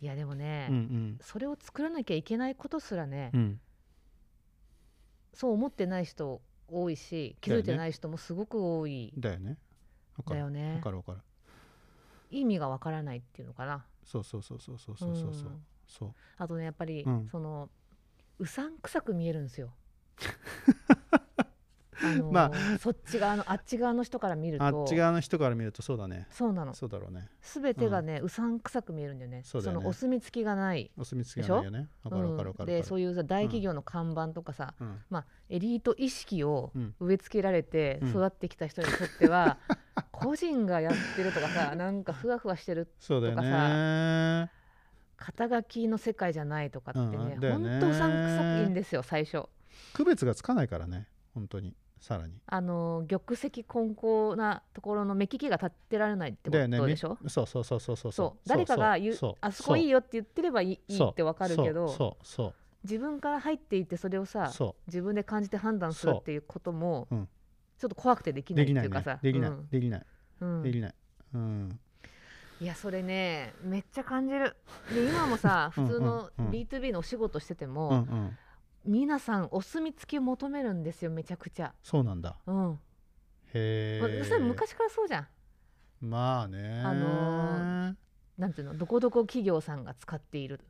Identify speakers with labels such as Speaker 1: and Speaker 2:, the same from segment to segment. Speaker 1: やでもね、
Speaker 2: うんうん
Speaker 1: それを作らなきゃいけないことすらね、
Speaker 2: うん
Speaker 1: そう思ってない人多いし気づいてない人もすごく多い
Speaker 2: だよねわか
Speaker 1: だ
Speaker 2: る
Speaker 1: よね
Speaker 2: わかるわかる
Speaker 1: 意味がわからないっていうのかな
Speaker 2: そうそうそうそうそうそうそうそう
Speaker 1: うん
Speaker 2: そう
Speaker 1: あとねやっぱり、
Speaker 2: うん
Speaker 1: そのうさんくさく見えるんです よあの、
Speaker 2: ま
Speaker 1: そっち側のあっち側の人から見ると
Speaker 2: あっち側の人から見るとそうだね
Speaker 1: そうなの
Speaker 2: そうだろうね
Speaker 1: 全てがね、うさんくさく見えるんだよね
Speaker 2: そうだよね
Speaker 1: のお墨付きがない
Speaker 2: お墨付きがないよねわかるわかる
Speaker 1: う
Speaker 2: わか
Speaker 1: ん
Speaker 2: るわ
Speaker 1: で
Speaker 2: か
Speaker 1: そ
Speaker 2: る
Speaker 1: ういうさ大企業の看板とかさ、
Speaker 2: うん
Speaker 1: まあ、エリート意識を
Speaker 2: うん
Speaker 1: 植え付けられて
Speaker 2: うん
Speaker 1: 育ってきた人にとって は、個人がやってるとかさなんかふわふわしてる
Speaker 2: そうだよ
Speaker 1: とか
Speaker 2: ね
Speaker 1: 肩書きの世界じゃないとかって
Speaker 2: うんう
Speaker 1: ね
Speaker 2: んだよ
Speaker 1: ほ
Speaker 2: ね
Speaker 1: んとうさんくさくいいんですよ最初。
Speaker 2: 区別がつかないからね本当にさらに
Speaker 1: あの玉石混交なところの目利きが立ってられないってこ
Speaker 2: だよね
Speaker 1: と
Speaker 2: み
Speaker 1: でしょ、
Speaker 2: そうそうそうそうそう
Speaker 1: そう誰かが言う
Speaker 2: そう
Speaker 1: あそこいいよって言ってればいいいい
Speaker 2: そう
Speaker 1: ってわかるけど
Speaker 2: そうそう
Speaker 1: 自分から入っていってそれを
Speaker 2: そう
Speaker 1: さ
Speaker 2: そ
Speaker 1: 自分で感じて判断するっていうことも、
Speaker 2: そううん
Speaker 1: ちょっと怖くてでき
Speaker 2: う
Speaker 1: ない
Speaker 2: で
Speaker 1: って
Speaker 2: きないいうね
Speaker 1: かさ、
Speaker 2: できないう
Speaker 1: ん
Speaker 2: できない
Speaker 1: うん
Speaker 2: できないうん
Speaker 1: いやそれねめっちゃ感じるで今もさ
Speaker 2: うん
Speaker 1: 普通の
Speaker 2: うんうん
Speaker 1: B2B のお仕事してても、
Speaker 2: うんうん
Speaker 1: 皆さんお墨付きを求めるんですよめちゃくちゃ。
Speaker 2: そうなんだ
Speaker 1: うんま
Speaker 2: へえ
Speaker 1: それ昔からそうじゃん。
Speaker 2: まあね
Speaker 1: あのなんていうのどこどこ企業さんが使っている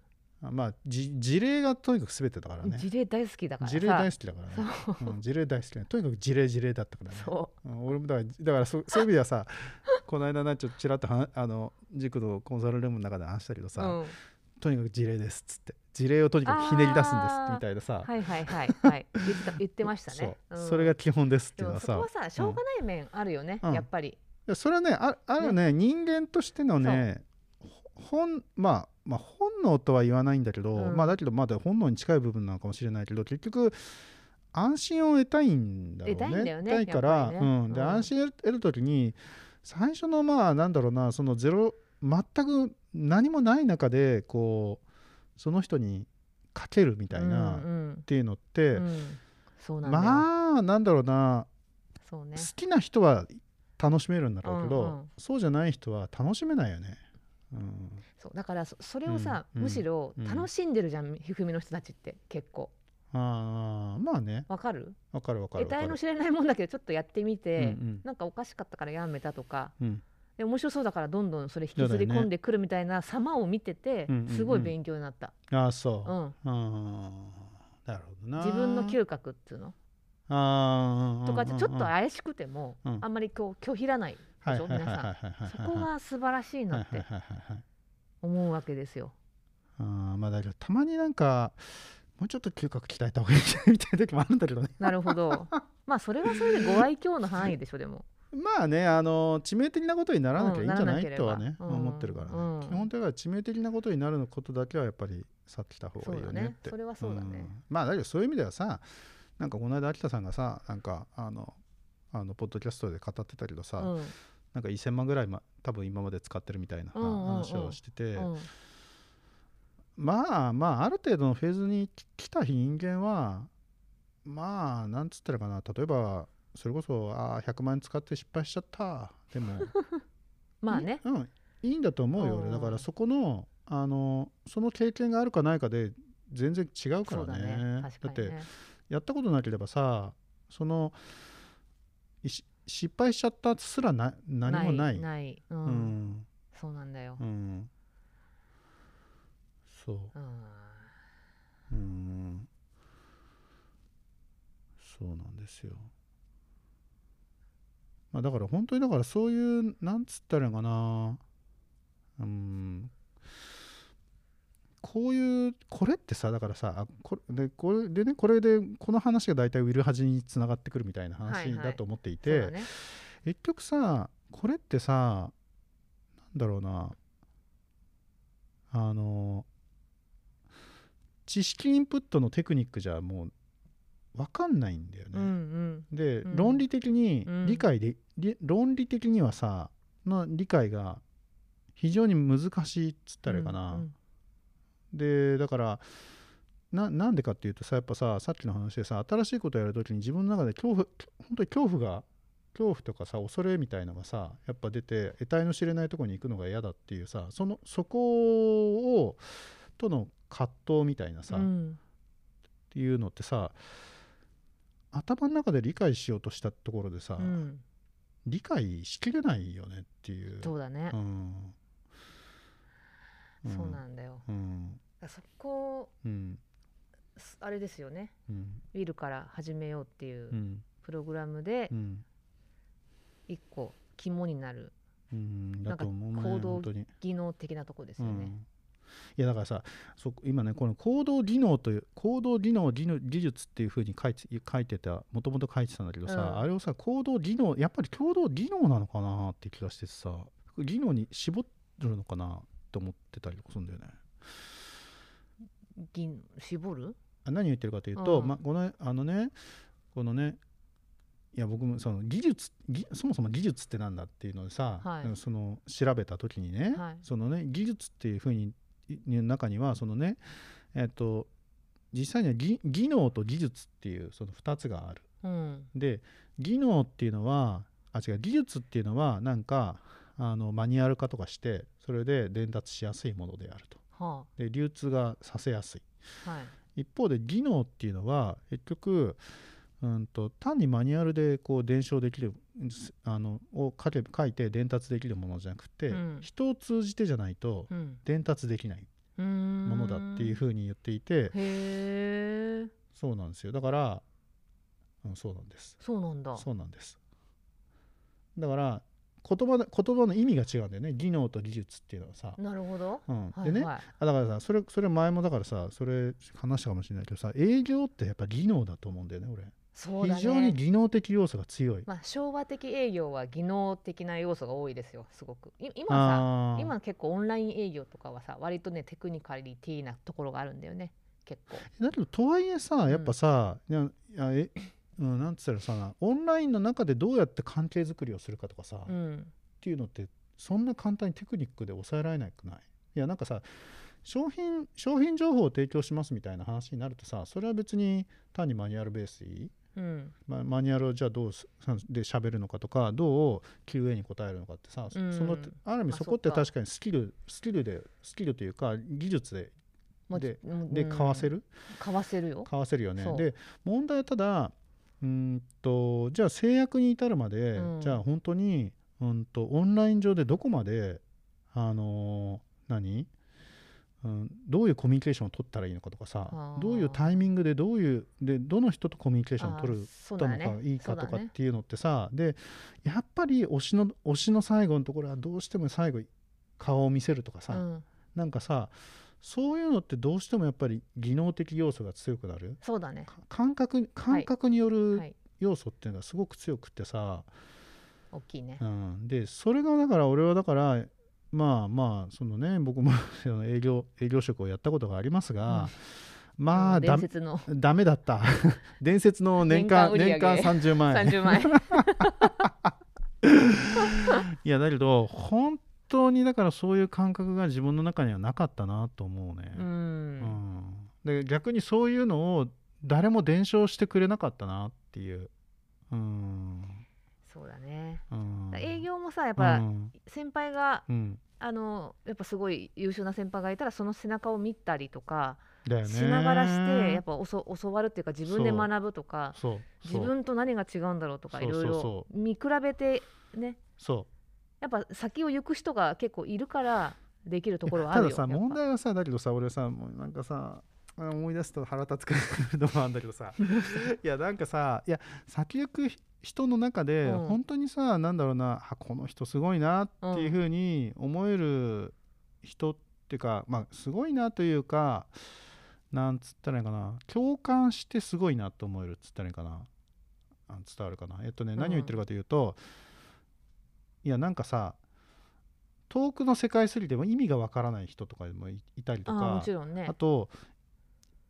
Speaker 2: まあじ事例がとにかく全てだからね
Speaker 1: 事例大好きだからさ
Speaker 2: 事例大好きだからね
Speaker 1: そう
Speaker 2: うん事例大好きだねとにかく事例事例だったからね
Speaker 1: そ
Speaker 2: うん俺もだからだからそそういう意味ではさ この間なちょっとちらっとはあの塾のコンサルルームの中で話したけど
Speaker 1: う、
Speaker 2: さ、
Speaker 1: うん、
Speaker 2: とにかく事例ですっつって事例をとにかくひねり出すんですみたいなさ、
Speaker 1: はいはいはいはい言ってた言ってましたね
Speaker 2: そう、
Speaker 1: ん
Speaker 2: それが基本ですっ
Speaker 1: で
Speaker 2: ていうの
Speaker 1: も
Speaker 2: は
Speaker 1: そ
Speaker 2: さ
Speaker 1: こはさしょうがない面あるよね、
Speaker 2: うん
Speaker 1: やっぱり
Speaker 2: いやそれはねああるね人間としてのねほ本まあまあ本能とは言わないんだけど、
Speaker 1: うん
Speaker 2: まあだけどまだ本能に近い部分なのかもしれないけど結局安心を得たいんだろうね
Speaker 1: 得たいんだよね
Speaker 2: 得から、
Speaker 1: やっぱり
Speaker 2: う
Speaker 1: ね
Speaker 2: ん、で
Speaker 1: うん
Speaker 2: 安心を得る時に最初のまあなんだろうなそのゼロ全く何もない中でこうその人にかけるみたいな
Speaker 1: う
Speaker 2: っ
Speaker 1: ん
Speaker 2: ていうのっ
Speaker 1: う
Speaker 2: て、
Speaker 1: んうんそうなんだよ、
Speaker 2: まあなんだろうな
Speaker 1: そうね
Speaker 2: 好きな人は楽しめるんだろうけど、
Speaker 1: うんうん
Speaker 2: そうじゃない人は楽しめないよね。うん、
Speaker 1: そうだからそそれをさ、
Speaker 2: うん
Speaker 1: むしろ
Speaker 2: うん
Speaker 1: 楽しんでるじゃん、ひふみの人たちって結構
Speaker 2: ああまあね
Speaker 1: わかる
Speaker 2: わかるわかる
Speaker 1: 得
Speaker 2: わか
Speaker 1: 体
Speaker 2: る。
Speaker 1: の知れないもんだけどちょっとやってみて、
Speaker 2: うん
Speaker 1: なんかおかしかったからやめたとか
Speaker 2: うんうん
Speaker 1: で面白そうだからどんどんそれ引きずり込んでくるみたいな様を見てて、
Speaker 2: うんうんうん
Speaker 1: すごい勉強になった、
Speaker 2: ああそうう。
Speaker 1: ん、
Speaker 2: うん、なるほどな。
Speaker 1: 自分の
Speaker 2: あ
Speaker 1: 嗅覚っていうの
Speaker 2: あ
Speaker 1: とかちょっと
Speaker 2: あ
Speaker 1: 怪しくても、
Speaker 2: うん
Speaker 1: あんまりこう拒否らないでしょ、皆さん、そこが素晴らしいな
Speaker 2: はい
Speaker 1: っ
Speaker 2: はい
Speaker 1: て
Speaker 2: はいはいはい。
Speaker 1: 思うわけですよ。
Speaker 2: あーまあだけどたまになんかもうちょっと嗅覚鍛えた方がいいんじゃないみたいな時もあるんだけどね。
Speaker 1: なるほ どまあそれはそれでご愛嬌の範囲でしょでも。
Speaker 2: まあねあの致命的なことにならなきゃいいんじゃ
Speaker 1: う
Speaker 2: ない,、
Speaker 1: んならなければ
Speaker 2: とはね、
Speaker 1: うん
Speaker 2: 思ってるからね、
Speaker 1: うん
Speaker 2: 基本的には致命的なことになることだけはやっぱり避けた方がいいよねって
Speaker 1: そうだねそれはそうだね
Speaker 2: んまあだけどそういう意味ではさなんかこの間秋田さんがさなんかあのあのポッドキャストで語ってたけどさ、
Speaker 1: うん
Speaker 2: なんか1,000万ぐらい、ま、多分今まで使ってるみたいな
Speaker 1: うんうんうん
Speaker 2: 話をしてて、
Speaker 1: うん
Speaker 2: まあまあある程度のフェーズに来た人間はまあなんつったらいいかな例えばそれこそあー100万円使って失敗しちゃったでも。
Speaker 1: まあね。
Speaker 2: いうん、いいんだと思うよ、
Speaker 1: うん
Speaker 2: 俺だからそこのあのその経験があるかないかで全然違うか
Speaker 1: そう
Speaker 2: ら
Speaker 1: だ
Speaker 2: ね
Speaker 1: ね。確かに
Speaker 2: だって
Speaker 1: ね。
Speaker 2: やったことなければさそのいし失敗しちゃったすらな何もない
Speaker 1: ない。う。
Speaker 2: うんん
Speaker 1: そうなんだよ
Speaker 2: う。んそう
Speaker 1: うん。
Speaker 2: うんそうなんですよ。まあだから本当にだからそういうなんつったらいいのかなうんこういうこれってさだからさあこれでこれでねこれでこの話が大体ウィルハジにつながってくるみたいな
Speaker 1: はい
Speaker 2: 話
Speaker 1: はい
Speaker 2: だと思っていて、
Speaker 1: そうだね。
Speaker 2: 結局さこれってさなんだろうなあの知識インプットのテクニックじゃもう分かんないんだよね。
Speaker 1: うんうん。
Speaker 2: で、
Speaker 1: うん
Speaker 2: 論理的に
Speaker 1: うん
Speaker 2: 理解で、り論理的にはさの理解が非常に難しいっつったらいいかな。
Speaker 1: うん
Speaker 2: でだからななんでかっていうとさやっぱささっきの話でさ新しいことをやるときに自分の中で恐怖本当に恐怖が恐怖とかさ恐れみたいのがさやっぱ出て得体の知れないとこに行くのが嫌だっていうさそのそこをとの葛藤みたいなさ、
Speaker 1: う
Speaker 2: っ
Speaker 1: ん
Speaker 2: ていうのってさ頭の中で理解しようとしたところでさ、
Speaker 1: うん、
Speaker 2: 理解しきれないよねっていう。
Speaker 1: そうだね
Speaker 2: う、ん
Speaker 1: そうなんだよ
Speaker 2: うん
Speaker 1: そこを
Speaker 2: うん
Speaker 1: すあれですよね
Speaker 2: うん
Speaker 1: ウィルから始めようっていううんプログラムで
Speaker 2: うん
Speaker 1: 一個肝になる
Speaker 2: うんだと思うね
Speaker 1: なんか行動
Speaker 2: 本当に
Speaker 1: 技能的なとこですよ
Speaker 2: う
Speaker 1: ね。
Speaker 2: んいやだからさそ今ねこの行動技能という行動技能技能技術っていうふうに書いて書いてたもともと書いてたんだけどさ、
Speaker 1: うん
Speaker 2: あれをさ行動技能やっぱり共同技能なのかなって気がしてさ技能に絞るのかなと思ってたりとかするんだよね。
Speaker 1: ぎ絞る
Speaker 2: あ何を言ってるかというと、
Speaker 1: うん
Speaker 2: ま、このあのねこのねいや僕もその技術ぎそもそも技術ってなんだっていうのでさ、
Speaker 1: はい
Speaker 2: うんその調べた時にね、
Speaker 1: はい
Speaker 2: そのね技術っていうふうにいの中にはそのねえっ、と実際には技技能と技術っていうその2つがある。
Speaker 1: うん
Speaker 2: で技能っていうのはあ違う技術っていうのはなんかあのマニュアル化とかしてそれで伝達しやすいものであると。
Speaker 1: は
Speaker 2: で流通がさせやすい。
Speaker 1: あはい
Speaker 2: 一方で技能っていうのは結局うんと単にマニュアルでこう伝承できるすあのを書け書いて伝達できるものじゃなくて、
Speaker 1: うん
Speaker 2: 人を通じてじゃないと
Speaker 1: うん
Speaker 2: 伝達できないう
Speaker 1: ーん
Speaker 2: ものだっていうふうに言っていて
Speaker 1: へえ
Speaker 2: そうなんですよだから、うん、そうなんです
Speaker 1: そうなんだ
Speaker 2: そうなんですだから言葉の言葉の意味が違うんだよね技能と技術っていうのはさ、
Speaker 1: なるほど、
Speaker 2: うん、
Speaker 1: はい
Speaker 2: でね、
Speaker 1: はい
Speaker 2: あだからさそれそれ前もだからさそれ話したかもしれないけどさ営業ってやっぱ技能だと思うんだよね俺
Speaker 1: そうだね
Speaker 2: 非常に技能的要素が強い。
Speaker 1: まあ、昭和的営業は技能的な要素が多いですよすごくい今
Speaker 2: あ
Speaker 1: さ
Speaker 2: ー
Speaker 1: 今結構オンライン営業とかはさ割とねテクニカリティなところがあるんだよね結構
Speaker 2: だけどとはいえさやっぱさ、いやいやえうん、なんつったらさオンラインの中でどうやって関係づくりをするかとかさ、
Speaker 1: う
Speaker 2: っ
Speaker 1: ん
Speaker 2: ていうのってそんな簡単にテクニックで抑えられなくないいやなんかさ商品商品情報を提供しますみたいな話になるとさそれは別に単にマニュアルベースでいい
Speaker 1: うん
Speaker 2: まマニュアルをじゃあどうすで喋るのかとかどう QA に答えるのかってさ、そ
Speaker 1: うん
Speaker 2: そのある意味
Speaker 1: あ
Speaker 2: そこって
Speaker 1: そっか
Speaker 2: 確かにスキルスキルでスキルというか技術でで
Speaker 1: うん
Speaker 2: で買わせ
Speaker 1: る
Speaker 2: る、
Speaker 1: 買わせるよ
Speaker 2: 買わせるよね
Speaker 1: そう
Speaker 2: で問題はただうーんとじゃあ制約に至るまで、
Speaker 1: うん
Speaker 2: じゃあ本当にうんとオンライン上でどこまであのー何うん、どういうコミュニケーションを取ったらいいのかとかさ
Speaker 1: あー
Speaker 2: どういうタイミングでどういうでどの人とコミュニケーションを取る
Speaker 1: る
Speaker 2: ったのかいいかとかっていうのってさ、でやっぱり推しの推しの最後のところはどうしても最後顔を見せるとかさ、
Speaker 1: うん、
Speaker 2: なんかさそういうのってどうしてもやっぱり技能的要素が強くなる
Speaker 1: そうだね
Speaker 2: か感覚感覚によ
Speaker 1: は
Speaker 2: る
Speaker 1: い
Speaker 2: 要素っていうのがすごく強くってさ、
Speaker 1: 大きいね
Speaker 2: うん、でそれがだから俺はだからまあまあそのね僕もその営業営業職をやったことがありますが、ま
Speaker 1: う
Speaker 2: あ
Speaker 1: ん
Speaker 2: だ
Speaker 1: 伝説の
Speaker 2: ダメだった 伝説の年間年
Speaker 1: 年間売
Speaker 2: 間
Speaker 1: 上
Speaker 2: 30万円
Speaker 1: 30枚
Speaker 2: いやだけど本当にだからそういう感覚が自分の中にはなかったなと思うね。
Speaker 1: う
Speaker 2: うんで逆にそういうのを誰も伝承してくれなかったなっていう。うん
Speaker 1: そうだね
Speaker 2: うん、
Speaker 1: 営業もさやっ
Speaker 2: う
Speaker 1: ぱ
Speaker 2: ん
Speaker 1: 先輩が
Speaker 2: うん
Speaker 1: あのやっぱすごい優秀な先輩がいたらその背中を見たりとか
Speaker 2: だよね
Speaker 1: しながらしてやっぱ教教わるっていうか自分で学ぶとか
Speaker 2: そう
Speaker 1: 自
Speaker 2: そう
Speaker 1: 分と何が違うんだろうとか
Speaker 2: そう
Speaker 1: い
Speaker 2: そう
Speaker 1: ろいろ見比べてね
Speaker 2: そう
Speaker 1: やっぱ先を行く人が結構いるからできるところはあ
Speaker 2: た
Speaker 1: るよ
Speaker 2: ださ
Speaker 1: やっぱ
Speaker 2: 問題はさだけどさ俺さもうなんかさあ思い出すと腹立つくるのもあるんだけ どさいやなんかさいや先行く人の中で
Speaker 1: うん
Speaker 2: 本当にさ、なんだろうなあこの人すごいなっていうふうに思える人っていうか、まあすごいなというかなんつったらいいかな共感してすごいなと思えるっつったらいいかなあ伝わるかなえっとね
Speaker 1: ん
Speaker 2: 何を言ってるかというと、いやなんかさ遠くの世界すぎても意味がわからない人とかもいいたりと
Speaker 1: あ
Speaker 2: か
Speaker 1: あもちろんね
Speaker 2: あと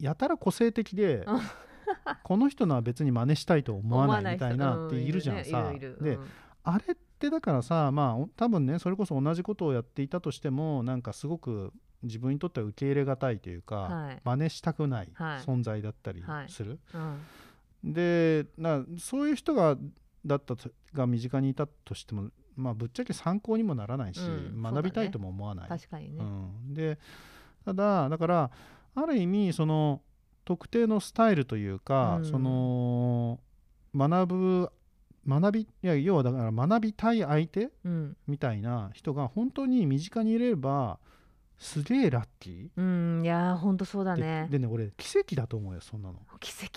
Speaker 2: やたら個性的で
Speaker 1: うん
Speaker 2: この人のは別に真似したいと思わないみたいなっているじゃん
Speaker 1: 思
Speaker 2: さ
Speaker 1: わな。い人うんいるいるいる
Speaker 2: であれってだからさまあお多分ねそれこそ同じことをやっていたとしてもなんかすごく自分にとっては受け入れがたいというか、
Speaker 1: はい
Speaker 2: 真似したくない
Speaker 1: はい
Speaker 2: 存在だったり
Speaker 1: はい
Speaker 2: する。
Speaker 1: うんうん
Speaker 2: でなそういう人がだったとが身近にいたとしても、まあ、ぶっちゃけ参考にもならないし、
Speaker 1: うん
Speaker 2: 学びた
Speaker 1: そうだね
Speaker 2: いとも思わない。
Speaker 1: 確かに
Speaker 2: う
Speaker 1: ね。
Speaker 2: ん、でただだからある意味その特定のスタイルというか、
Speaker 1: うん
Speaker 2: その学ぶ学びいや要はだから学びたい相手
Speaker 1: うん。
Speaker 2: みたいな人が本当に身近にいればすげえラッキー
Speaker 1: うん、いやー、本当そうだ
Speaker 2: で
Speaker 1: ね。
Speaker 2: でね俺奇跡だと思うよそんなの
Speaker 1: 奇跡。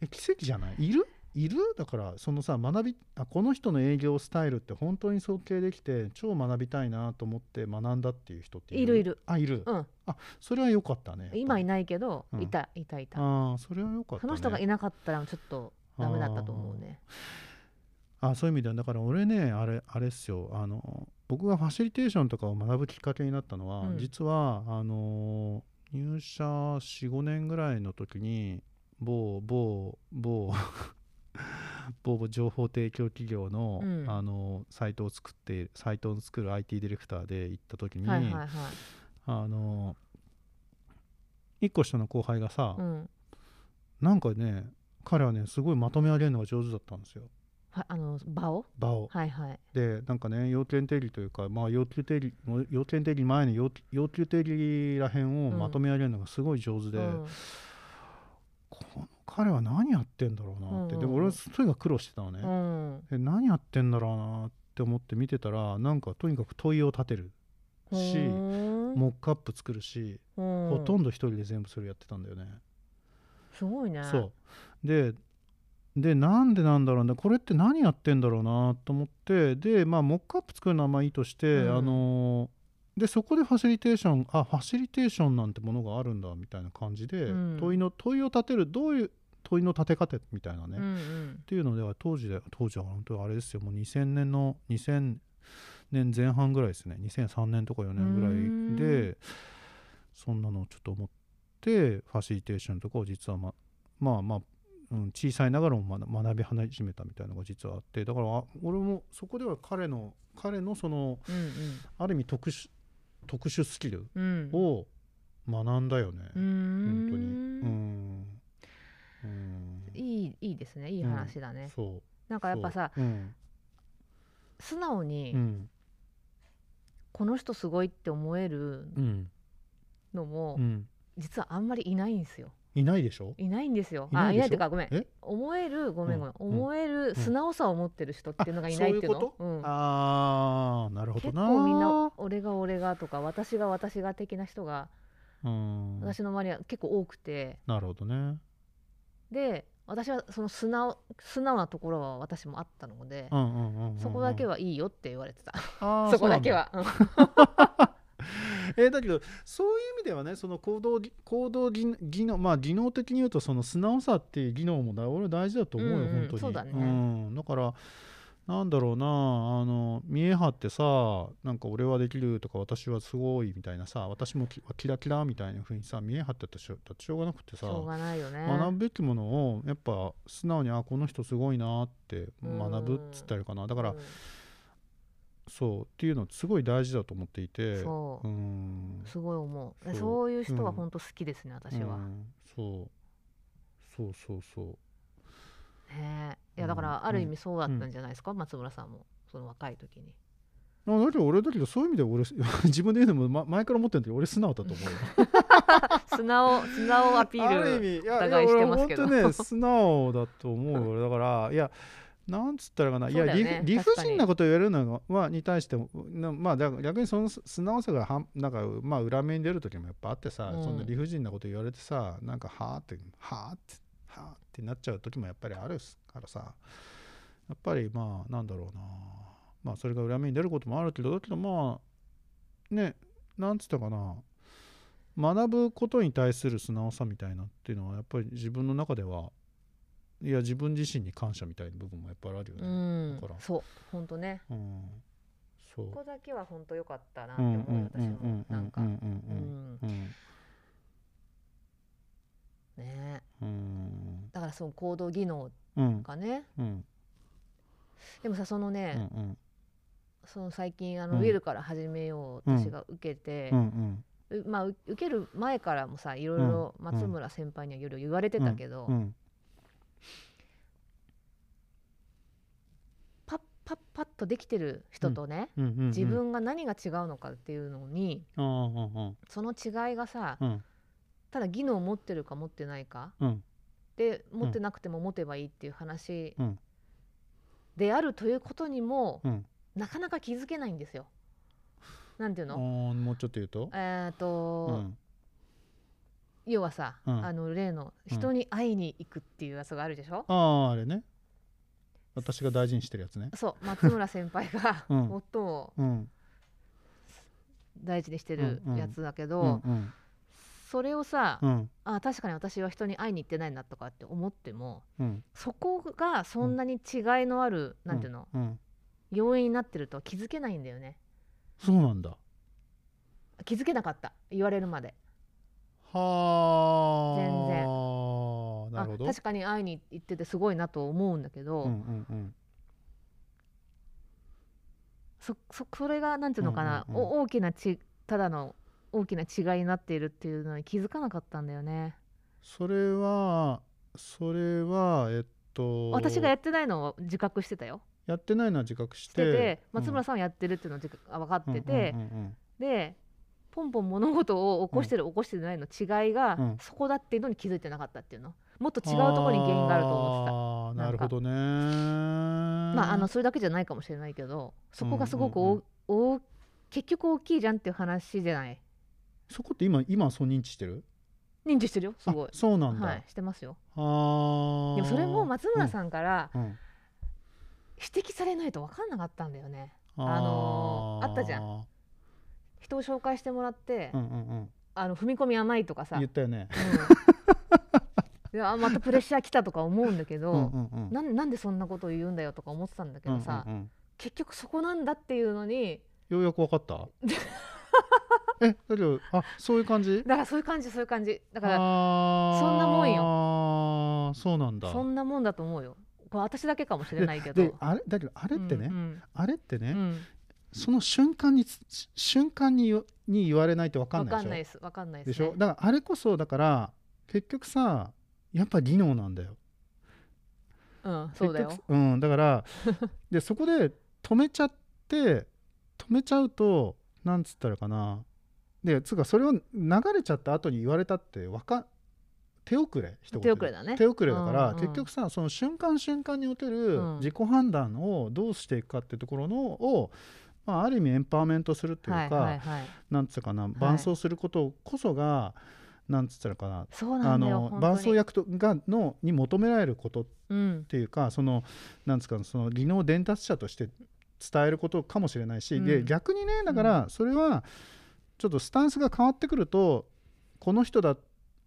Speaker 2: え奇跡じゃないいるいるだからそのさ学びあこの人の営業スタイルって本当に尊敬できて超学びたいなと思って学んだっていう人って
Speaker 1: いるいる
Speaker 2: あいる、
Speaker 1: うん、
Speaker 2: それは良かったね
Speaker 1: 今い
Speaker 2: ない
Speaker 1: ないけど、
Speaker 2: うん
Speaker 1: いた、いた、いた。
Speaker 2: ああそれは良かった、
Speaker 1: そ
Speaker 2: ね、
Speaker 1: の人がいなかったら、ちょっとダメだったと思うね。
Speaker 2: あそういう意味ではだから俺ねあれあれっすよあの僕がファシリテーションとかを学ぶきっかけになったのは、
Speaker 1: うん
Speaker 2: 実はあの入社45年ぐらいの時に某某某 某情報提供企業の,、
Speaker 1: うん
Speaker 2: あのサイトを作ってサイトを作る IT ディレクターで行った時に、
Speaker 1: はいはいはい。
Speaker 2: あの1個下の後輩がさ、
Speaker 1: うん。
Speaker 2: なんかね彼はねすごいまとめ上げるのが上手だったんですよ
Speaker 1: は、あの、場を。
Speaker 2: 場を。
Speaker 1: はいはい。
Speaker 2: でなんかね要件定理というか、まあ、要求定理の要件定理前の要要求定理らへんを
Speaker 1: うん
Speaker 2: まとめ上げるのがすごい上手で、
Speaker 1: うん
Speaker 2: この彼は何やってんだろうなっ
Speaker 1: うん
Speaker 2: て、
Speaker 1: うんうん
Speaker 2: でも俺はとにかく苦労してたのね、
Speaker 1: うん。
Speaker 2: で何やってんだろうなって思って見てたらなんかとにかく問いを立てるし
Speaker 1: も
Speaker 2: モックアップ作るし、
Speaker 1: うん、
Speaker 2: ほとん
Speaker 1: ど
Speaker 2: ど一人で全部それやってたんだよね。
Speaker 1: すごいね
Speaker 2: そうででなんでなんだろうねこれって何やってんだろうなと思ってでまあモックアップ作るのはまあいいとして、
Speaker 1: うん
Speaker 2: あのーでそこでファシリテーションあファシリテーションなんてものがあるんだみたいな感じで、
Speaker 1: うん
Speaker 2: 問いの問いを立てるどういう問いの立て方みたいなね、
Speaker 1: う
Speaker 2: っ
Speaker 1: ん
Speaker 2: ていうのでは当時で当時は本当にあれですよもう2000年の2000年前半ぐらいですね2003年とか4年ぐらいでそんなのをちょっと思ってファシリテーションとかを実はままあまあ、うん、小さいながらも学学び始めたみたいなのが実はあってだからあ俺もそこでは彼の彼のその
Speaker 1: うんうん
Speaker 2: ある意味特殊特殊スキル
Speaker 1: うんうん
Speaker 2: を学んだよね、
Speaker 1: うー
Speaker 2: 本当に
Speaker 1: ん
Speaker 2: うんうん
Speaker 1: いいいいですねいい話だね、
Speaker 2: そう
Speaker 1: なんかやっぱさ
Speaker 2: そううん
Speaker 1: 素直
Speaker 2: う
Speaker 1: に
Speaker 2: ん
Speaker 1: この人すごいって思える
Speaker 2: うん
Speaker 1: のも、
Speaker 2: うん
Speaker 1: 実はあんまりいないんですよ
Speaker 2: いないでしょ
Speaker 1: いないんですよ
Speaker 2: い
Speaker 1: あ
Speaker 2: ないでしょ
Speaker 1: いないっていうかごめん
Speaker 2: え
Speaker 1: 思えるごめんごめん、
Speaker 2: うん
Speaker 1: 思える素直さを持ってる人っていうのがいないっていうの
Speaker 2: あそういうこ
Speaker 1: うん
Speaker 2: あーなるほど
Speaker 1: 結
Speaker 2: な
Speaker 1: 構みんな俺が俺がとか私が私が的な人が
Speaker 2: うん
Speaker 1: 私の周りは結構多くて
Speaker 2: なるほどね
Speaker 1: で私はその素直素直なところは私もあったので
Speaker 2: うんうんうんうんうん
Speaker 1: そこだけはいいよって言われてた
Speaker 2: あー
Speaker 1: そこだけはうん
Speaker 2: そうなんだえーだけどそういう意味ではねその行動ぎ行動技技能まあ技能的に言うとその素直さっていう技能もだ俺は大事だと思うよ、
Speaker 1: うんうん
Speaker 2: 本当に
Speaker 1: そうだね
Speaker 2: ん、だからなんだろうなあの見え張ってさなんか俺はできるとか私はすごいみたいなさ私もきキラキラみたいな風にさ見え張ってたってしょだってしょうがなくて
Speaker 1: し
Speaker 2: さ
Speaker 1: ょうがないよね
Speaker 2: 学ぶべきものをやっぱ素直にあこの人すごいなって学ぶっつったりかな
Speaker 1: だ
Speaker 2: だから、そうっていうのすごい大事だと思っていて
Speaker 1: そうう
Speaker 2: うん
Speaker 1: すごい思う
Speaker 2: そう
Speaker 1: そういう人は
Speaker 2: うん
Speaker 1: 本当好きですね私
Speaker 2: う
Speaker 1: は
Speaker 2: んそうそうそうそう
Speaker 1: ねえいやだか
Speaker 2: うん
Speaker 1: らある意味そうだったんじゃないですか松村さんもその若い時に
Speaker 2: あだけど俺だけどそういう意味では俺 自分で言うのも、ま、前から思ってるんだけど俺素直だと思うよ
Speaker 1: 素直素直アピ
Speaker 2: ある
Speaker 1: ー
Speaker 2: 意
Speaker 1: ル
Speaker 2: 味い
Speaker 1: お
Speaker 2: やいや
Speaker 1: 互いしてますけど
Speaker 2: 俺本当ね素直だと思うよ俺だからいやなんつったらいいかな、いや
Speaker 1: そうだ
Speaker 2: 理
Speaker 1: よね
Speaker 2: 不理不
Speaker 1: 確かに
Speaker 2: 尽なことを言われるのはに対してもなまあだから逆にその素素直さがはんなんかまあ裏目に出る時もやっぱあってさ、
Speaker 1: うん
Speaker 2: そんな理不尽なこと言われてさなんかはあってはあってはあってなっちゃう時もやっぱりあるからさやっぱりまあなんだろうなまあそれが裏目に出ることもあるけどだけどまあねなんつったかな学ぶことに対する素直さみたいなっていうのはやっぱり自分の中ではいや自分自身に感謝みたいな部分もやっぱりあるよ
Speaker 1: う
Speaker 2: ね。
Speaker 1: ん
Speaker 2: だから
Speaker 1: そう本当ね
Speaker 2: うん、そう
Speaker 1: ここだけは本当良かったなって
Speaker 2: うん
Speaker 1: 思うん私
Speaker 2: ううんう
Speaker 1: も
Speaker 2: んう
Speaker 1: なん
Speaker 2: ん
Speaker 1: か
Speaker 2: う
Speaker 1: うん
Speaker 2: んうんうん
Speaker 1: ねえ
Speaker 2: うん
Speaker 1: だからその行動技能
Speaker 2: うん
Speaker 1: がね
Speaker 2: うん
Speaker 1: でもさそのね、
Speaker 2: うんうん
Speaker 1: その最近あ
Speaker 2: う
Speaker 1: のウ
Speaker 2: ん
Speaker 1: ェルから始めよう
Speaker 2: うん
Speaker 1: 私が受けて
Speaker 2: う、ん
Speaker 1: うまあう受ける前からもさいろいろ松村先輩にはいろいろ言われてたけど、
Speaker 2: うん
Speaker 1: とできてる人とね、
Speaker 2: うんうんうん
Speaker 1: 自分が何が違うのかっていうのに
Speaker 2: ああ
Speaker 1: その違いがさ、
Speaker 2: ああうん
Speaker 1: ただ技能を持ってるか持ってないか
Speaker 2: うん
Speaker 1: で持ってなくても持てばいいっていう話
Speaker 2: うん
Speaker 1: であるということにも、
Speaker 2: うん
Speaker 1: なかなか気づけないんですよ。なんていう
Speaker 2: あ
Speaker 1: の、
Speaker 2: ーもうちょっと言うと
Speaker 1: えー
Speaker 2: う
Speaker 1: と、
Speaker 2: ん
Speaker 1: 要はさ、
Speaker 2: うん
Speaker 1: あの例の
Speaker 2: うん
Speaker 1: 人に会いに行くっていうやつがあるでしょ、
Speaker 2: あああれね私が大事にしてるやつね
Speaker 1: そう松村先輩が
Speaker 2: う
Speaker 1: 最
Speaker 2: ん
Speaker 1: も
Speaker 2: うん
Speaker 1: 大事にしてるやつだけど、
Speaker 2: うんうん
Speaker 1: それをさ、
Speaker 2: うん
Speaker 1: あ確かに私は人に会いに行ってないなとかって思っても
Speaker 2: うん
Speaker 1: そこがそんなに違いのある、なんていうの
Speaker 2: うん
Speaker 1: 要因になってるとは気づけないんだよね
Speaker 2: そうなんだ
Speaker 1: 気づけなかった言われるまで
Speaker 2: はあ
Speaker 1: 全然
Speaker 2: なるほど
Speaker 1: あ確かに会いに行っててすごいなと思うんだけど、
Speaker 2: うんうんうん
Speaker 1: そそそれがなんていうのかな、
Speaker 2: うんうんうん
Speaker 1: お大きなちただの大きな違いになっているっていうのに気づかなかったんだよね
Speaker 2: それはそれはえっと
Speaker 1: 私がやってないのを自覚してたよ
Speaker 2: やってないのは自覚し
Speaker 1: しててて、松村さんはやってるっていうのを自覚あ分かってて、
Speaker 2: うんうんうんうん
Speaker 1: でポンポン物事を起こしてる、起こしてないの違いが、
Speaker 2: うん
Speaker 1: そこだっていうのに気づいてなかったっていうのもっと違うところに原因があると思ってた
Speaker 2: あーな
Speaker 1: なん
Speaker 2: る
Speaker 1: か
Speaker 2: ほどね
Speaker 1: ま
Speaker 2: ま
Speaker 1: ああのそれだけじゃないかもしれないけどそこがすごく
Speaker 2: うんうんうん
Speaker 1: おお結局大きいじゃんっていう話じゃない
Speaker 2: そこって今今はそう認知してる
Speaker 1: 認知してるよすごい
Speaker 2: あそうなんだ、
Speaker 1: はいしてますよ
Speaker 2: あー
Speaker 1: でもそれも松村さんから
Speaker 2: うん、うん
Speaker 1: 指摘されないと分かんなかったんだよね
Speaker 2: ー
Speaker 1: あのーあったじゃ
Speaker 2: うん
Speaker 1: 人を紹介してもらって、
Speaker 2: うんうん
Speaker 1: あの踏み込み甘いとかさ、
Speaker 2: 言ったよね
Speaker 1: うんいやまたプレッシャー来たとか思うんだけど、
Speaker 2: うんうんうん
Speaker 1: なんなんでそんなことを言うんだよとか思ってたんだけどさ、
Speaker 2: うんうんうん
Speaker 1: 結局そこなんだっていうのに
Speaker 2: ようやくわかった えだけどあそういう感じ
Speaker 1: だからそういう感じそういう感じだか
Speaker 2: だ
Speaker 1: ら
Speaker 2: そ
Speaker 1: そんなもんよ
Speaker 2: あーそうなんだ
Speaker 1: そんなもんだと思うよこれ私だけかもしれないけど
Speaker 2: であれだけどあれってね、
Speaker 1: うん
Speaker 2: あれってね、
Speaker 1: うんうん
Speaker 2: その瞬間につ瞬間に言に言われないと分か
Speaker 1: わ
Speaker 2: んない
Speaker 1: か
Speaker 2: でし
Speaker 1: ん
Speaker 2: ょ
Speaker 1: ないですわかんない
Speaker 2: で
Speaker 1: で
Speaker 2: し
Speaker 1: すね、
Speaker 2: ょだからあれこそだから結局さやっぱ技能なんだよ。
Speaker 1: うんそうだよ
Speaker 2: 結局うん、だから でそこで止めちゃって止めちゃうとなんつったらかなでつうかそれを流れちゃった後に言われたってわか手遅れ一言で
Speaker 1: 手遅れだね
Speaker 2: 手遅れだから、
Speaker 1: うんうん
Speaker 2: 結局さその瞬間瞬間における
Speaker 1: うん
Speaker 2: 自己判断をどうしていくかってところのを、まあ、ある意味エンパワーメントするっていうか、
Speaker 1: はいはいはい
Speaker 2: なんつうかな伴走することこそが、なんつったらかな
Speaker 1: そうな
Speaker 2: あ
Speaker 1: んだよ
Speaker 2: の
Speaker 1: 本当に
Speaker 2: 伴走役とがのに求められることっ
Speaker 1: うん
Speaker 2: ていうかそのなんつうかその技能伝達者として伝えることかもしれないし、
Speaker 1: うん
Speaker 2: で逆にねだからそれはちょっとスタンスが変わってくるとこの人だ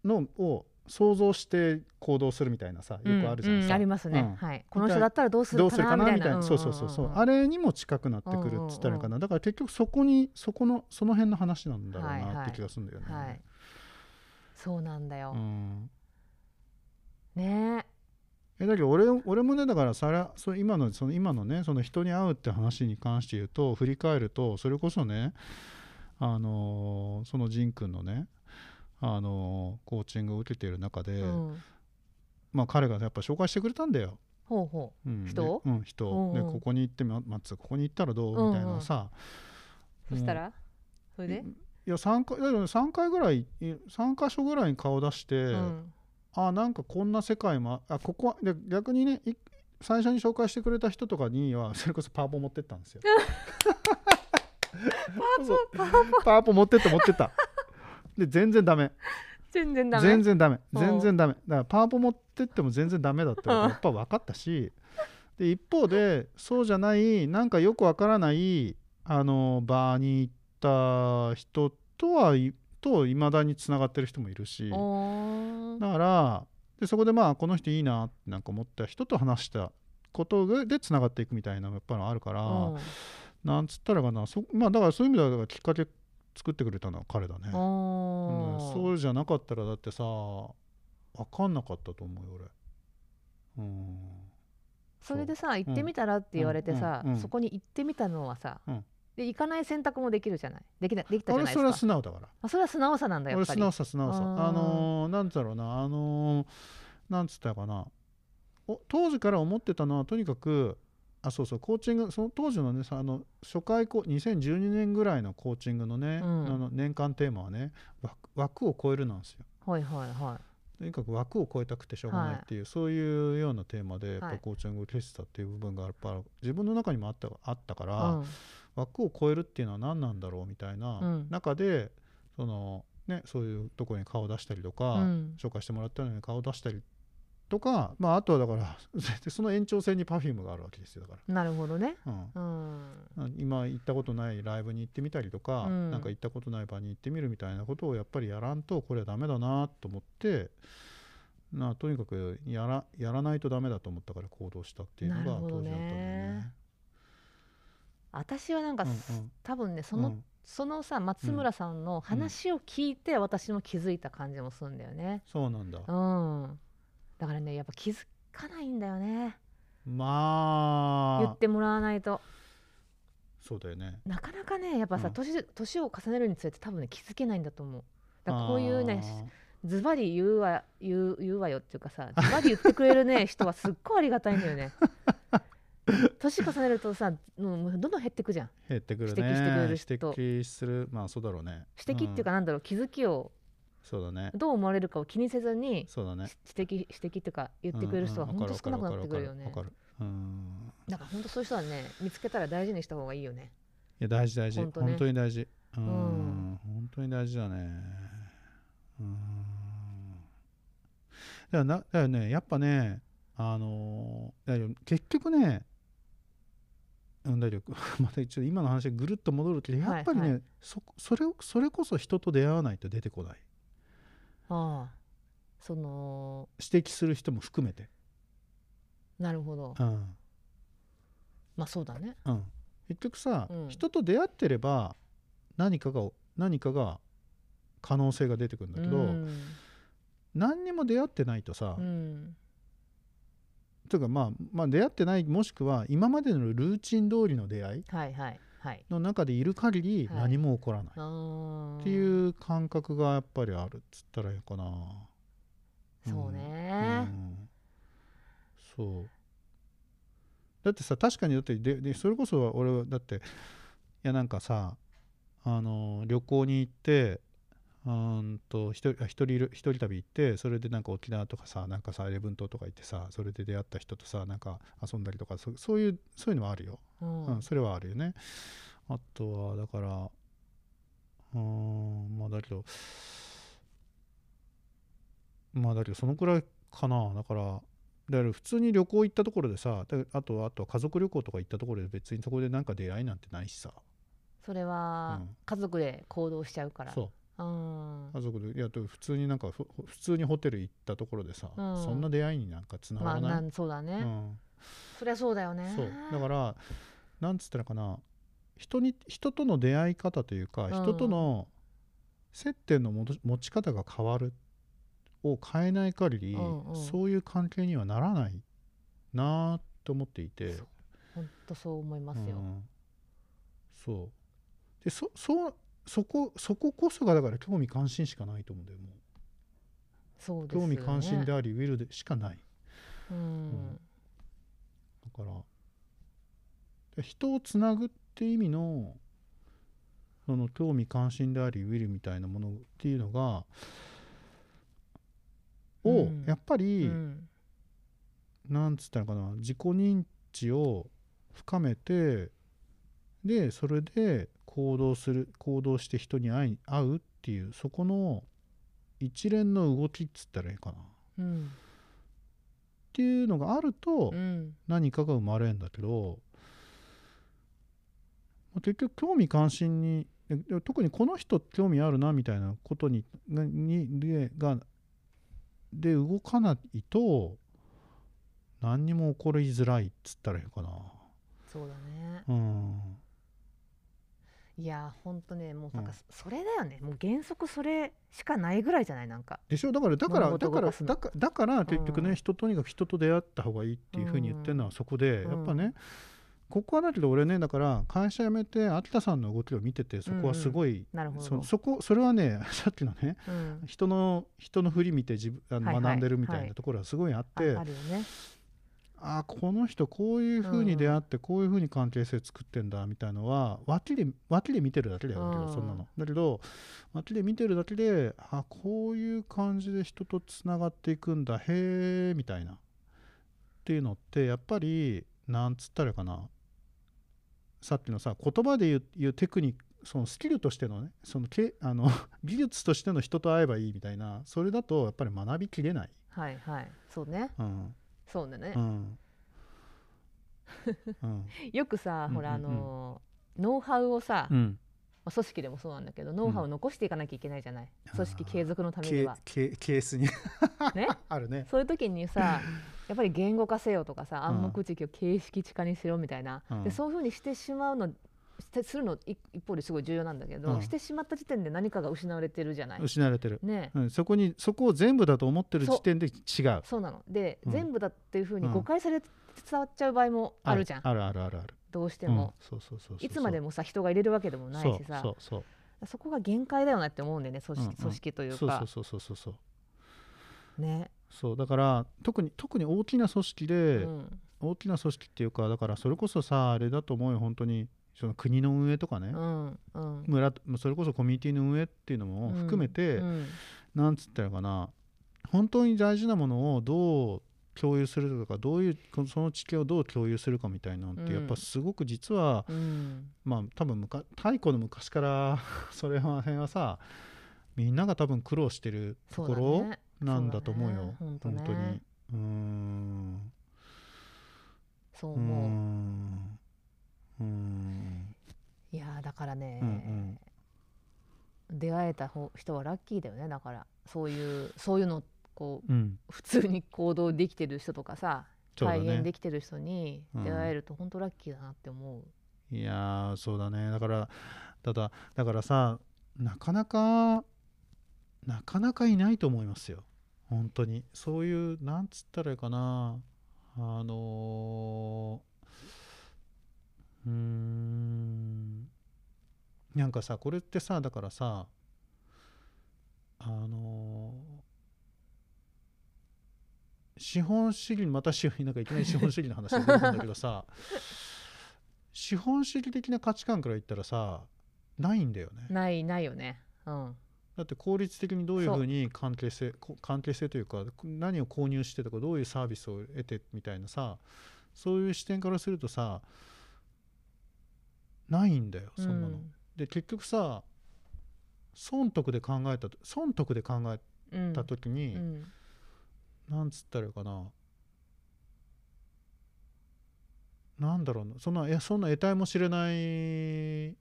Speaker 2: のを想像して行動するみたいなさよくあるじゃ
Speaker 1: うん
Speaker 2: ないです
Speaker 1: うん
Speaker 2: か。
Speaker 1: ありますね、
Speaker 2: うん
Speaker 1: はいこの人だったらどうす
Speaker 2: ど
Speaker 1: る
Speaker 2: うする
Speaker 1: かな
Speaker 2: かな
Speaker 1: み
Speaker 2: み
Speaker 1: た
Speaker 2: た
Speaker 1: い
Speaker 2: い
Speaker 1: な
Speaker 2: なそうそうそうそう、
Speaker 1: んんん
Speaker 2: あれにも近くなってくるっつったらかな、だから結局そこにそこのその辺の話なんだろう
Speaker 1: はい
Speaker 2: な
Speaker 1: は
Speaker 2: っ
Speaker 1: い
Speaker 2: て気がするんだよね。
Speaker 1: はいそうなんだよ
Speaker 2: う、ん
Speaker 1: ねえ
Speaker 2: えだけど俺俺もねだからさらそう今のその今のねその人に会うって話に関して言うと振り返るとそれこそねあのーその仁君のねあのーコーチングを受けている中で、
Speaker 1: うん、
Speaker 2: まあ彼がやっぱ紹介してくれたんだよ。
Speaker 1: ほうほ
Speaker 2: うん、
Speaker 1: 人
Speaker 2: で
Speaker 1: を
Speaker 2: うん人
Speaker 1: うんうん
Speaker 2: でここに行ってまマッツーここに行ったらどうみたいなさ、
Speaker 1: うそした
Speaker 2: も
Speaker 1: らそれ
Speaker 2: う
Speaker 1: で
Speaker 2: いや3回だけどね三回ぐらい3箇所ぐらいに顔出して、
Speaker 1: うん
Speaker 2: あなんかこんな世界もああここはで逆にねい最初に紹介してくれた人とかには それこそパーポ持ってったんですよ そうパーポ持ってった持ってったで全然ダメ
Speaker 1: 全然ダメ
Speaker 2: 全然ダメ
Speaker 1: うん
Speaker 2: 全然ダメだからパーポ持ってっても全然ダメだってこと
Speaker 1: う
Speaker 2: や
Speaker 1: ん
Speaker 2: っぱ分かったしで一方でそうじゃないなんかよく分からないあのバーに行った人とはいといまだにつながってる人もいるし
Speaker 1: おー
Speaker 2: だからでそこでまあこの人いいなってなんか思った人と話したことがでつながっていくみたいなのがやっぱりあるから、
Speaker 1: うん
Speaker 2: なんつったらかなそまあだからそういう意味ではだからきっかけ作ってくれたのは彼だね、うん
Speaker 1: おー
Speaker 2: そうじゃなかったらだってさ分かんなかったと思うよ俺。うん
Speaker 1: それでさ行ってみたらって言われてさ、
Speaker 2: うんうんうん
Speaker 1: そこに行ってみたのはさ、
Speaker 2: うん
Speaker 1: で行かない選択もできるじゃないできなできたじゃ
Speaker 2: 俺
Speaker 1: ない
Speaker 2: そ
Speaker 1: で
Speaker 2: れは
Speaker 1: すか
Speaker 2: 素直だから
Speaker 1: あそれは素直さなんだや
Speaker 2: 俺
Speaker 1: っぱ
Speaker 2: 素
Speaker 1: り
Speaker 2: 直さ素直さ
Speaker 1: あー
Speaker 2: あのーなんつうだろうなあのーなんつったかなお当時から思ってたのはとにかくあそうそうコーチングその当時のねさあの初回こ2012年ぐらいのコーチングのね、
Speaker 1: うん
Speaker 2: あの年間テーマはね枠枠を超えるなんですよ。
Speaker 1: はいはいは
Speaker 2: とにかく枠を超えたくてしょうがないっていう、そういうようなテーマでやっぱ
Speaker 1: はい
Speaker 2: コーチングを受けてたっていう部分がやっぱ自分の中にもあったあったから、
Speaker 1: い。
Speaker 2: 枠を超えるっていうのは何なんだろうみたいな
Speaker 1: うん
Speaker 2: 中で、そのね、そういうとこに顔を出したりとか、
Speaker 1: うん
Speaker 2: 紹介してもらったのに顔を出したりとか、まあ、あとはだから その延長線に Perfume があるわけですよだか
Speaker 1: うん。なるほどね。
Speaker 2: ら。うん
Speaker 1: うん。
Speaker 2: 今行ったことないライブに行ってみたりとか、
Speaker 1: うん
Speaker 2: なんか行ったことない場に行ってみるみたいなことをやっぱりやらんとこれはダメだなと思ってなとにかくやらやらないとダメだと思ったから行動したっていうのが
Speaker 1: なるほ
Speaker 2: 当
Speaker 1: ど
Speaker 2: 時
Speaker 1: ね
Speaker 2: だったんだよね。
Speaker 1: 私はなんか、
Speaker 2: うんうん
Speaker 1: 多分ねそうの
Speaker 2: ん
Speaker 1: そのさ松村さんの話を聞いて私も気づいた感じもするんだよね。
Speaker 2: そうなんだ、
Speaker 1: うん。だからねやっぱ気づかないんだよね。言
Speaker 2: まあ
Speaker 1: ってもらわないと
Speaker 2: そうだよね
Speaker 1: なかなかねやっぱさ
Speaker 2: うん
Speaker 1: 年年を重ねるにつれて多分ね気づけないんだと思う。だからこういうね
Speaker 2: あー
Speaker 1: ズバリ言うわ言う言うわよっていうか さズバリ言ってくれるね人はすっごいありがたいんだよね。年重ねるとさもうどんどん減ってくじゃん。
Speaker 2: 減ってくるね
Speaker 1: 指摘してくれる人
Speaker 2: 指摘するまあそうだろうね
Speaker 1: 指摘っていうか
Speaker 2: ん
Speaker 1: なんだろう気づきを
Speaker 2: そうだね
Speaker 1: どう思われるかを気にせずに
Speaker 2: そうだね
Speaker 1: 指摘指摘っていうか言ってくれる人が本当少なくなってくるよね
Speaker 2: わ。かるわかるわかるわかるうん
Speaker 1: なんか本当そういう人はね見つけたら大事にした方がいいよね。
Speaker 2: いや大事大事
Speaker 1: ほ
Speaker 2: 本
Speaker 1: ん
Speaker 2: 当,、
Speaker 1: とね
Speaker 2: に大事うー
Speaker 1: う
Speaker 2: ん
Speaker 1: ん
Speaker 2: 本当に大事だねうーんだからなだからねやっぱねあのーだから結局ねうん大丈夫 また一応今の話にぐるっと戻るけどやっぱりね、
Speaker 1: はい
Speaker 2: そそれをそれこそ人と出会わないと出てこない
Speaker 1: ああその
Speaker 2: 指摘する人も含めて
Speaker 1: なるほど
Speaker 2: うん
Speaker 1: まあそうだね。
Speaker 2: うん、結局さ、
Speaker 1: うん
Speaker 2: 人と出会ってれば何かが何かが可能性が出てくるんだけど、
Speaker 1: うん
Speaker 2: 何にも出会ってないとさ、
Speaker 1: うん
Speaker 2: というか、まあ、まあ出会ってないもしくは今までのルーチン通りの出会い
Speaker 1: はいはいはい。
Speaker 2: の中でいる限り
Speaker 1: はい
Speaker 2: 何も起こらない、
Speaker 1: ああ
Speaker 2: っていう感覚がやっぱりあるっつったらいいのかな。
Speaker 1: そう
Speaker 2: う
Speaker 1: ね。
Speaker 2: ん、そうだってさ確かにだってででそれこそ俺はだっていやなんかさあの旅行に行ってうーんと一人あ一人いる一人旅行ってそれでなんか沖縄とかさなんかさ礼文島とか行ってさそれで出会った人とさなんか遊んだりとかそそういうそういうのはあるよ、
Speaker 1: うん
Speaker 2: うん、それはあるよねあとはだからうーんまあだけどまあだけどそのくらいかなだからだから普通に旅行行ったところでさだあとはあとは家族旅行とか行ったところで別にそこでなんか出会いなんてないしさ
Speaker 1: それは
Speaker 2: うん
Speaker 1: 家族で行動しちゃうから。。
Speaker 2: そう
Speaker 1: ん。
Speaker 2: 家族でいやでも普通になんかふ普通にホテル行ったところでさ、
Speaker 1: うん
Speaker 2: そんな出会いになんかつなが
Speaker 1: まあ
Speaker 2: らない、
Speaker 1: なんそうだね。
Speaker 2: うん
Speaker 1: そりゃそうだよね。
Speaker 2: そうだからなんつったらかな人に人との出会い方というか、
Speaker 1: ん
Speaker 2: 人との接点のもど持ち方が変わるを変えない限り、
Speaker 1: うんうん
Speaker 2: そういう関係にはならないなと思っていて。
Speaker 1: そう本当そう思いますよ
Speaker 2: う。んそうでそそうそこそここそがだから興味関心しかないと思うんだよもう
Speaker 1: そうですよ
Speaker 2: 興
Speaker 1: ね。
Speaker 2: 味関心でありウィルでしかない
Speaker 1: うん。
Speaker 2: だからで人をつなぐって意味のその興味関心でありウィルみたいなものっていうのがを、
Speaker 1: うん
Speaker 2: やっぱ
Speaker 1: う
Speaker 2: り、
Speaker 1: ん。
Speaker 2: なんつったのかな自己認知を深めてでそれで行動する行動して人に会い会うっていうそこの一連の動きっつったらいいかなっ
Speaker 1: うん。
Speaker 2: ていうのがあると
Speaker 1: うん。
Speaker 2: 何かが生まれるんだけど、まあ結局興味関心にでで特にこの人興味あるなみたいなことにがにでがで動かないと何にも起こりづらいっつったらいいのかな。
Speaker 1: そうだね。
Speaker 2: うん
Speaker 1: いやーほんとねもうなんか
Speaker 2: うん
Speaker 1: そそれだよねもう原則それしかないぐらいじゃないなんか
Speaker 2: でしょだからだから
Speaker 1: 物事
Speaker 2: だ
Speaker 1: を
Speaker 2: か
Speaker 1: 動
Speaker 2: ら
Speaker 1: かすの
Speaker 2: だからだから結局ね、
Speaker 1: うん
Speaker 2: 人とにかく人と出会った方がいいっていうふうに言ってるのはそこで、
Speaker 1: うん
Speaker 2: やっぱねここはだけど俺ねだから会社辞めて秋田さんの動きを見ててそこはすごい、
Speaker 1: なるほ
Speaker 2: そ
Speaker 1: ど
Speaker 2: のそこそれはね さっきのね
Speaker 1: うん
Speaker 2: 人の人の振り見て自分あの
Speaker 1: はいはい
Speaker 2: 学んでるみたい
Speaker 1: はい
Speaker 2: なところはすごいあっ
Speaker 1: ああ
Speaker 2: て、
Speaker 1: るよね
Speaker 2: ああこの人こういうふうに出会ってこういうふうに関係性作ってんだみたいのは脇で脇で見てるだけだよだけ
Speaker 1: う
Speaker 2: ど
Speaker 1: ん
Speaker 2: そんなのだけど脇で見てるだけであこういう感じで人とつながっていくんだへえみたいなっていうのってやっぱりなんつったらいいかなさっきのさ言葉で言う言うテクニックそのスキルとしてのねそのけあの 技術としての人と会えばいいみたいなそれだとやっぱり学びきれない。
Speaker 1: はいはいそうね
Speaker 2: うん
Speaker 1: そうだね
Speaker 2: う、んうん
Speaker 1: よくさほらあ
Speaker 2: うんうんうん
Speaker 1: のーノウハウをさ、
Speaker 2: う
Speaker 1: ま
Speaker 2: ん、
Speaker 1: あ組織でもそうなんだけどノウハウを残していかなきゃいけないじゃない、組織継続のために
Speaker 2: ケ
Speaker 1: は。
Speaker 2: ケケースに
Speaker 1: ね、
Speaker 2: あるね。
Speaker 1: そういう時にさやっぱり言語化せよとかさ
Speaker 2: うん
Speaker 1: 暗黙知識を形式地化にしろみたいな、
Speaker 2: うん
Speaker 1: でそういうふうにしてしまうのしてするのい一方ですごい重要なんだけど、
Speaker 2: うん
Speaker 1: してしまった時点で何かが失われてるじゃない。
Speaker 2: 失われてる、
Speaker 1: ね
Speaker 2: うん、そこにそこを全部だと思ってる
Speaker 1: そう
Speaker 2: 時点で違う
Speaker 1: そうなので、
Speaker 2: うん
Speaker 1: 全部だっていうふうに
Speaker 2: うん
Speaker 1: 誤解されて伝わっちゃう場合もあるじゃん、
Speaker 2: あるあるあるある
Speaker 1: どうして
Speaker 2: うん
Speaker 1: も、
Speaker 2: そうそうそうそう
Speaker 1: いつまでもさ人が入れるわけでもないしさ
Speaker 2: そ
Speaker 1: そう
Speaker 2: そう
Speaker 1: こが限界だよなって思うんだよね組織,、
Speaker 2: うんうん
Speaker 1: 組織とい
Speaker 2: そう
Speaker 1: う
Speaker 2: そう
Speaker 1: か
Speaker 2: そうそうそうそう
Speaker 1: ね、
Speaker 2: そうだから特に特に大きな組織で、
Speaker 1: うん
Speaker 2: 大きな組織っていうかだからそれこそさあれだと思うよ本当にその国の運営とかね、
Speaker 1: うんうん
Speaker 2: 村それこそコミュニティの運営っていうのも含めて、
Speaker 1: うん
Speaker 2: なんつったらいいかな本当に大事なものをどう共有するとかどういうこのその知見をどう共有するかみたいなのって
Speaker 1: うん
Speaker 2: やっぱすごく実は、
Speaker 1: うん
Speaker 2: まあ多分むか太古の昔からそれは辺はさ みんなが多分苦労してると
Speaker 1: そう
Speaker 2: こ
Speaker 1: だ
Speaker 2: ろ
Speaker 1: ね
Speaker 2: なんだと思うよ、
Speaker 1: そうだね
Speaker 2: 本当に
Speaker 1: 本当ね
Speaker 2: うーん
Speaker 1: そう
Speaker 2: うー
Speaker 1: 思う、
Speaker 2: んうーん
Speaker 1: いやーだからね、
Speaker 2: うん
Speaker 1: 出会えた方人はラッキーだよねだからそういうそういうのこう
Speaker 2: うん
Speaker 1: 普通に行動できてる人とかさ、
Speaker 2: そうだ
Speaker 1: 体現
Speaker 2: ね
Speaker 1: できてる人に出会えると本当ラッキーだなって思う、
Speaker 2: いやーそうだねだからただだからさなかなかなかなかいないと思いますよ本当にそういうなんつったらいいかなあのーうーんなんかさこれってさだからさあのー資本主義また資本なんかいきなり資本主義の話が出てくるんだけどさ資本主義的な価値観から言ったらさないんだよね
Speaker 1: ないないよねうん
Speaker 2: だって効率的にどういう
Speaker 1: そう
Speaker 2: ふうに関係性こ関係性というか何を購入してとかどういうサービスを得てみたいなさそういう視点からするとさないんだよそんなの。で結局さ損得で考えたと損得で考え
Speaker 1: うん
Speaker 2: た時に、
Speaker 1: うん
Speaker 2: なんつったらいいかななんだろうなそんないやそんな得体も知れない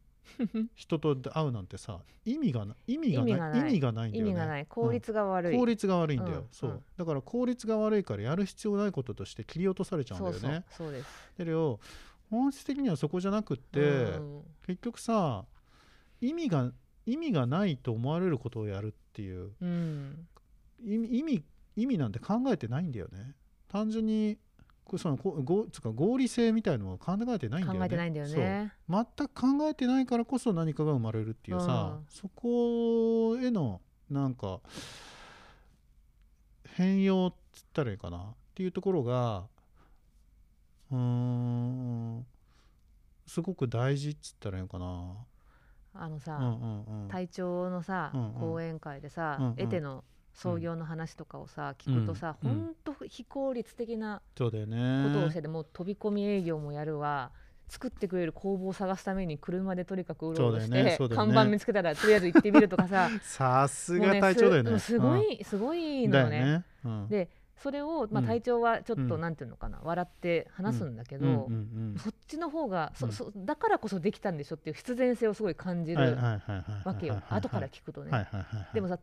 Speaker 2: 人と会うなんてさ意味がな意味
Speaker 1: 意
Speaker 2: が
Speaker 1: 味が
Speaker 2: ない
Speaker 1: ない
Speaker 2: 意味がないんだ
Speaker 1: 意
Speaker 2: よね
Speaker 1: 味がない効率が悪い、
Speaker 2: 効率が悪いんだよ、
Speaker 1: うん
Speaker 2: そううんだから効率が悪いからやる必要ないこととして切り落とされちゃうんだ
Speaker 1: そ
Speaker 2: よ
Speaker 1: う
Speaker 2: ね
Speaker 1: そうそうです
Speaker 2: だけど本質的にはそこじゃなくって、
Speaker 1: うん
Speaker 2: 結局さ意味が意味がないと思われることをやるっていう
Speaker 1: うん
Speaker 2: 意味意味意味なんて考えてないんだよね単純にこそのこごつうか合理性みたいのを考えてないんだよね
Speaker 1: 考えてないんだよね
Speaker 2: そう全く考えてないからこそ何かが生まれるっていうさ、
Speaker 1: うん
Speaker 2: そこへのなんか変容っつったらいいかなっていうところがうーんすごく大事っつったらいいのかな。
Speaker 1: あのさ、
Speaker 2: うんうんうん
Speaker 1: 隊長のさ、
Speaker 2: うんうん
Speaker 1: 講演会でさ、
Speaker 2: うんうん
Speaker 1: エテの創業の話とかをさ、聞くとさ、
Speaker 2: うん
Speaker 1: ほんと非効率的な
Speaker 2: そうだよ
Speaker 1: ことを
Speaker 2: ね
Speaker 1: してて、もう飛び込み営業もやるわ作ってくれる工房を探すために車でとにかくうろうろし
Speaker 2: そう
Speaker 1: て、
Speaker 2: だよねそうだよ
Speaker 1: 看
Speaker 2: ね
Speaker 1: 板見つけたらとりあえず行ってみるとかさ
Speaker 2: さ す
Speaker 1: もう
Speaker 2: が
Speaker 1: ね
Speaker 2: 隊長だよね。
Speaker 1: すすごい、すごいのよね。
Speaker 2: うん
Speaker 1: でそれを、まあ、
Speaker 2: うん
Speaker 1: 隊長はちょっと、
Speaker 2: うん
Speaker 1: なんていうのかな笑って話すんだけど、
Speaker 2: うんうん
Speaker 1: そっちの方がそ
Speaker 2: うん
Speaker 1: そだからこそできたんでしょっていう必然性をすごい感
Speaker 2: う
Speaker 1: じ
Speaker 2: んはいはい
Speaker 1: る
Speaker 2: はいはいはい
Speaker 1: わけよ、
Speaker 2: はいはい
Speaker 1: 後から聞くとね。
Speaker 2: はいはいはいはい
Speaker 1: でもさ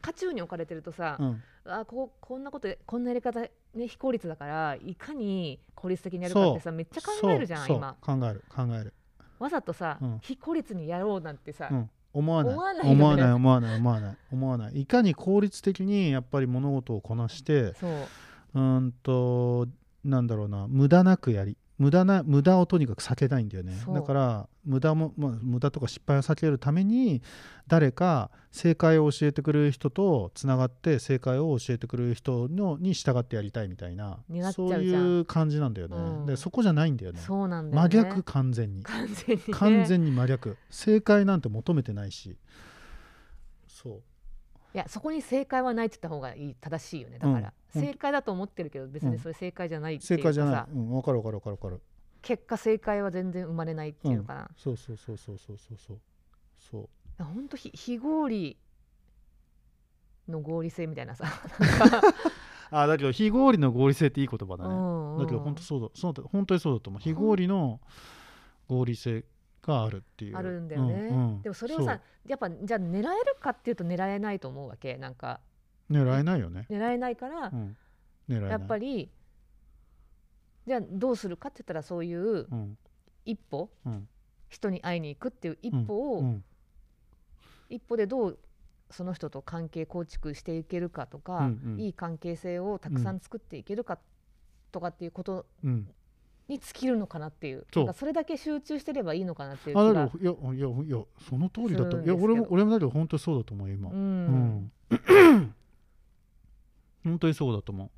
Speaker 1: 渦中に置かれてるとさ、
Speaker 2: うん
Speaker 1: あここんなことこんなやり方、ね、非効率だからいかに効率的にやるかってさめっちゃ考えるじゃん
Speaker 2: そう
Speaker 1: 今
Speaker 2: そう考える考える、
Speaker 1: わざとさ、
Speaker 2: うん
Speaker 1: 非効率にやろうなんてさ、
Speaker 2: うん、思わない
Speaker 1: 思
Speaker 2: 思
Speaker 1: わ
Speaker 2: わ
Speaker 1: な
Speaker 2: ないい
Speaker 1: よね
Speaker 2: 思わない思わない思わないいかに効率的にやっぱり物事をこなして
Speaker 1: そう
Speaker 2: うーんとなんだろうな無駄なくやり無駄な無駄をとにかく避けたいんだよね
Speaker 1: そう
Speaker 2: だから無駄も、まあ、無駄とか失敗を避けるために誰か正解を教えてくれる人とつながって正解を教えてくれる人のに従ってやりたいみたいな
Speaker 1: になっちゃ
Speaker 2: そうう
Speaker 1: じゃん
Speaker 2: いう感じなんだよね、
Speaker 1: うん
Speaker 2: でそこじゃないんだよね
Speaker 1: そうなんだよ、
Speaker 2: 真
Speaker 1: ね、
Speaker 2: 逆完全に
Speaker 1: 完全に、ね、
Speaker 2: 完全に真逆正解なんて求めてないしそ
Speaker 1: いやそこに正解はないって言った方がいい正しいよねだから、
Speaker 2: うん
Speaker 1: 正解だと思ってるけど別
Speaker 2: うん
Speaker 1: にそれ正解じゃないっ
Speaker 2: う
Speaker 1: てい
Speaker 2: 正
Speaker 1: うか
Speaker 2: 解じ
Speaker 1: さ、
Speaker 2: ゃない、うん、分かる分かる分かる分かる
Speaker 1: 結果正解は全然生まれないっていうのかな、
Speaker 2: そうそうそうそうそうそうそうそう
Speaker 1: ほんと非非合理の合理性みたいなさなんか
Speaker 2: あだけど非合理の合理性っていい言葉だね、
Speaker 1: うんうん
Speaker 2: だけど本当そうだそうだ本当にそうだと思う非合理の合理性があるっていう
Speaker 1: あるんだよね、
Speaker 2: うんうん
Speaker 1: でもそれをさやっぱじゃあ狙えるかっていうと狙えないと思うわけなんか
Speaker 2: そう狙えないよね、
Speaker 1: 狙えないから、
Speaker 2: うん、狙えない
Speaker 1: やっぱ
Speaker 2: り、
Speaker 1: りじゃあどうするかって言ったらそういう
Speaker 2: うん
Speaker 1: 一歩
Speaker 2: うん
Speaker 1: 人に会いに行くっていう一歩を、
Speaker 2: うん
Speaker 1: 一歩でどうその人と関係構築していけるかとか、
Speaker 2: うんうん
Speaker 1: いい関係性をたくさん作っていけるかとかっていうこと
Speaker 2: うん、
Speaker 1: に尽きるのかなっていう
Speaker 2: そう
Speaker 1: なんかそれだけ集中してればいいのかなっていう気
Speaker 2: あだ
Speaker 1: が
Speaker 2: けどいやいやいやその通りだ
Speaker 1: す
Speaker 2: と
Speaker 1: るんです
Speaker 2: いや
Speaker 1: けど
Speaker 2: 俺も俺もだけど本当にそうだと思うよ今
Speaker 1: う
Speaker 2: うんん本当にそうだと思